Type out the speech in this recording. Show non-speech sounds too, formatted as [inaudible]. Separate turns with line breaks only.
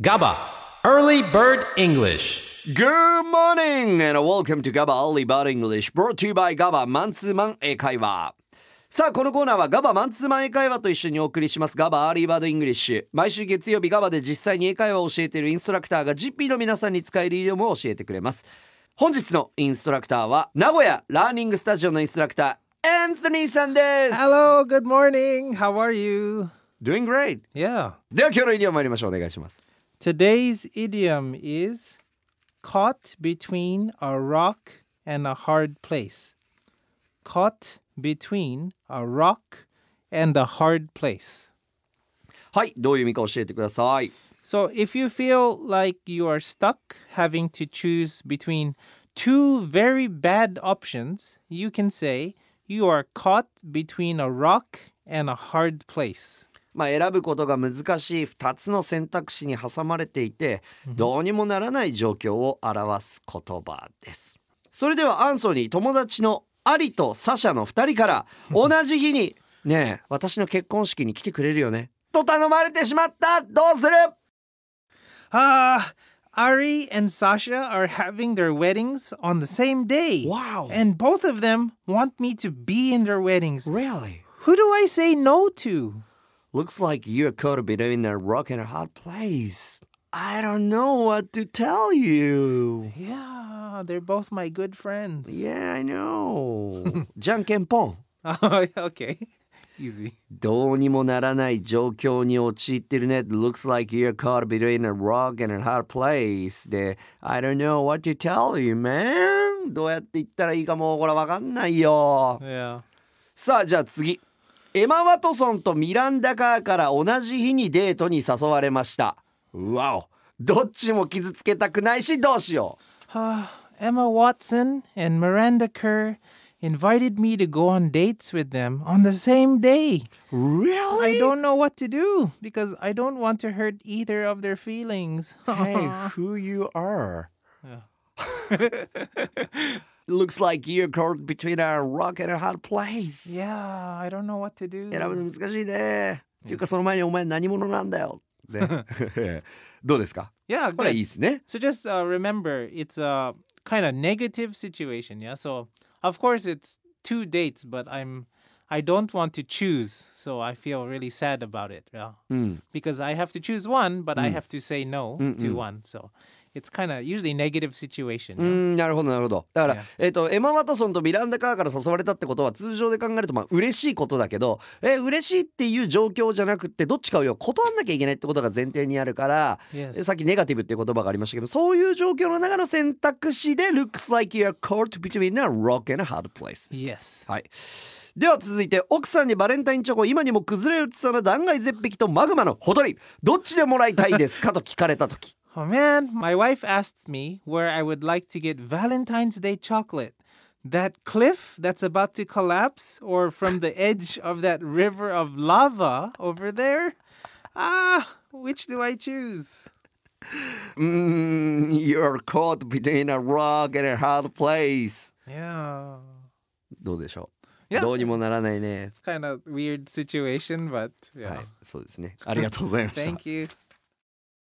GABA, Early Bird English.
Good morning and welcome to GABA Early Bird English brought to you by GABA マンツーマン英会話さあこのコーナーは GABA マンツーマン英会話と一緒にお送りします GABA アーリーバードイングリッシュ毎週月曜日 GABA で実際に英会話を教えているインストラクターが GP の皆さんに使えるイディオムを教えてくれます本日のインストラクターは名古屋ラーニングスタジオのインストラクターエンソニーさんです
Hello, good morning. How are you?
Doing great
Yeah.
では今日のイディオム参りましょうお願いします
Today's idiom is caught between a rock and a hard place. Caught between a rock and a hard place.
はいどういう意味か教えてください
So, if you feel like you are stuck having to choose between two very bad options, you can say you are caught between a rock and a hard place.
まあ、選ぶことが難しい2つの選択肢に挟まれていてどうにもならない状況を表す言葉ですそれではアンソニー友達のアリとサシャの2人から [laughs] 同じ日に「ねえ私の結婚式に来てくれるよね」と頼まれてしまったどうする
Ah, Ari and Sasha are having their weddings on the same day.
Wow.
And both of them want me to be in their weddings.
Really?
Who do I say no to?
Looks like you're caught between a rock and a hard place. I don't know what to tell you.
Yeah, they're both my good friends. [laughs]
Yeah, I know. [laughs] じゃんけんぽん。
Oh, okay. [laughs] Easy.
どうにもならない状況に陥ってるね。Looks like you're caught between a rock and a hard place. で、I don't know what to tell you, man. どうやって言ったらいいかもうこれわかんないよ。
Yeah.
さあ、じゃあ次。エマ・ワトソンとミランダ・カーから同じ日にデートに誘われました。わお。どっちも傷つけたくないし、どうしよう。
Ah, Emma Watson and Miranda Kerr invited me to go on dates with them on the same day. I
Really?
don't know what to do because I don't want to hurt either of their feelings. [laughs] Oh,
Hey, [laughs] who you are?
Yeah.
[laughs] Looks like you're caught between a rock and a hard place.
Yeah, I don't know what to do.
選ぶの難しいね。っていうかその前にお前何者なんだよ。 [laughs] ね、どうですか
Yeah,
これはいい
good.
ですね。
So just uh, remember, it's a kind of negative situation. Yeah. So of course it's two dates, but I'm I don't want to choose, so I feel really sad about it. Yeah.
うん。
Because I have to choose one, but I have to say no to one. So it's kind of usually negative
う
situation.
んなるほどなるほどだから、
Yeah.
えっとエマ・ワトソンとミランダ・カーから誘われたってことは通常で考えるとまあ嬉しいことだけどえ嬉しいっていう状況じゃなくってどっちかを要は断んなきゃいけないってことが前提にあるから、
Yes.
えさっきネガティブっていう言葉がありましたけどそういう状況の中の選択肢で Looks like you're caught between a rock and a hard place
Yes.
はい。では続いて奥さんにバレンタインチョコを今にも崩れ落ちそうな断崖絶壁とマグマのほとりどっちでもらいたいですかと聞かれた時
Oh man, my wife asked me where I would like to get Valentine's Day chocolate. That cliff that's about to collapse, or from the edge of that river of lava over there? Ah, which do I choose?
うーん You're caught between a rock and a hard place
Yeah.
どうでしょう
Yeah.
どうにもならないね
Kind of weird situation, but
はい
yeah.
そうですねありがとうございました
Thank you.